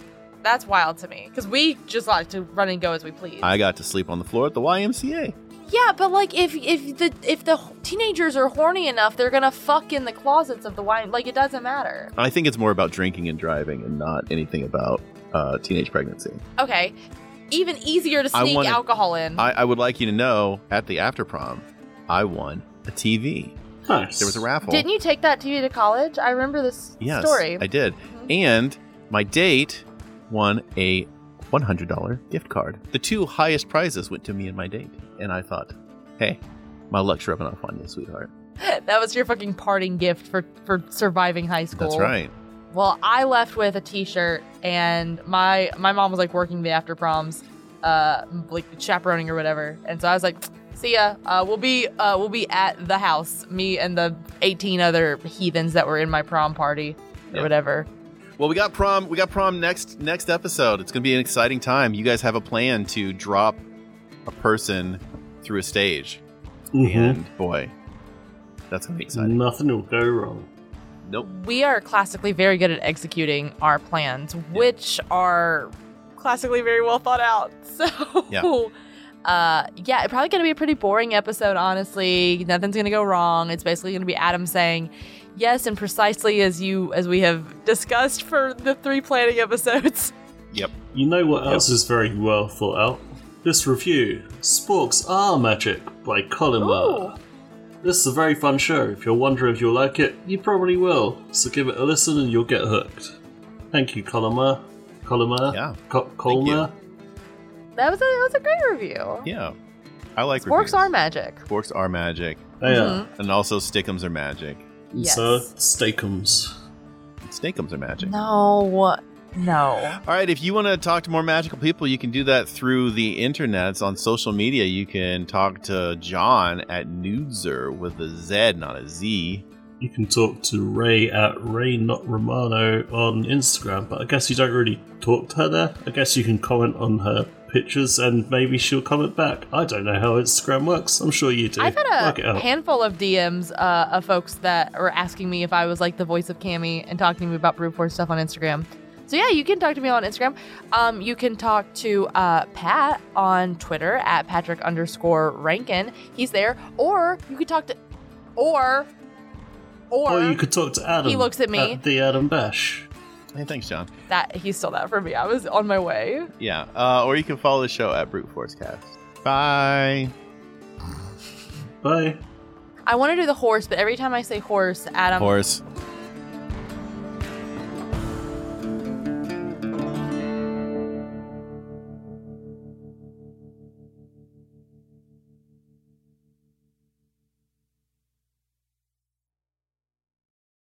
C: That's wild to me because we just like to run and go as we please.
D: I got to sleep on the floor at the YMCA.
C: Yeah, but like if if the if the teenagers are horny enough, they're gonna fuck in the closets of the wine. Like it doesn't matter.
D: I think it's more about drinking and driving and not anything about uh, teenage pregnancy.
C: Okay, even easier to
D: I
C: sneak
D: wanna-
C: alcohol in.
D: I, I would like you to know at the after prom, I won a TV.
B: Nice.
D: There was a raffle.
C: Didn't you take that TV to college? I remember this
D: Yes,
C: story.
D: I did. And my date won a $100 gift card. The two highest prizes went to me and my date. And I thought, hey, my luck's rubbing off on you, sweetheart.
C: that was your fucking parting gift for for surviving high school.
D: That's right.
C: Well, I left with a T-shirt, and my my mom was like working the after proms, uh, like chaperoning or whatever, and so I was like, "See ya. Uh, we'll be uh, we'll be at the house. Me and the eighteen other heathens that were in my prom party or
D: Yeah.
C: whatever."
D: Well, we got prom. We got prom next next episode. It's going to be an exciting time. You guys have a plan to drop a person through a stage.
B: Mhm.
D: and boy, that's gonna be exciting.
B: Nothing will go wrong.
D: Nope.
C: We are classically very good at executing our plans, which are classically very well thought out. So,
D: Yeah.
C: uh, yeah, it's probably going to be a pretty boring episode, honestly. Nothing's going to go wrong. It's basically going to be Adam saying yes, and precisely as you as we have discussed for the three planning episodes.
D: Yep.
B: You know what else is very well thought out? This review, Sporks Are Magic by Colin Murr. This is a very fun show. If you're wondering if you'll like it, you probably will. So give it a listen and you'll get hooked. Thank you, Colin Murr. Colin Murr.
D: Yeah.
B: Co- Colin
D: you.
B: Murr.
C: That was a that was a great review.
D: Yeah. I like
C: Sporks
D: reviews.
C: are magic.
D: Sporks are magic,
B: They are.
C: Mhm.
D: and also stickums are magic.
B: And
C: Yes.
B: So, Steakums.
D: Snakeums are magic.
C: No, No.
D: All right, if you want to talk to more magical people, you can do that through the internet. It's on social media. You can talk to John at Nudzer with a Z, not a Z.
B: You can talk to Ray at Ray Not Romano on Instagram, but I guess you don't really talk to her there. I guess you can comment on her pictures and maybe she'll comment back. I don't know how Instagram works. I'm sure you do.
C: I've had
B: Work it
C: a
B: out.
C: handful of DMs uh, of folks that are asking me if I was like the voice of Cammy and talking to me about brute force stuff on Instagram. So yeah, you can talk to me on Instagram. Um, you can talk to uh, Pat on Twitter at Patrick underscore Rankin. He's there, or you could talk to, or, or,
B: or you could talk to Adam.
C: He looks at me.
B: the Adam Bash.
D: Hey, thanks, John.
C: that he stole that from me. I was on my way.
D: Yeah, uh, or you can follow the show at Brute Force Cast. Bye.
B: Bye.
C: I want to do the horse, but every time I say horse, Adam
D: Horse.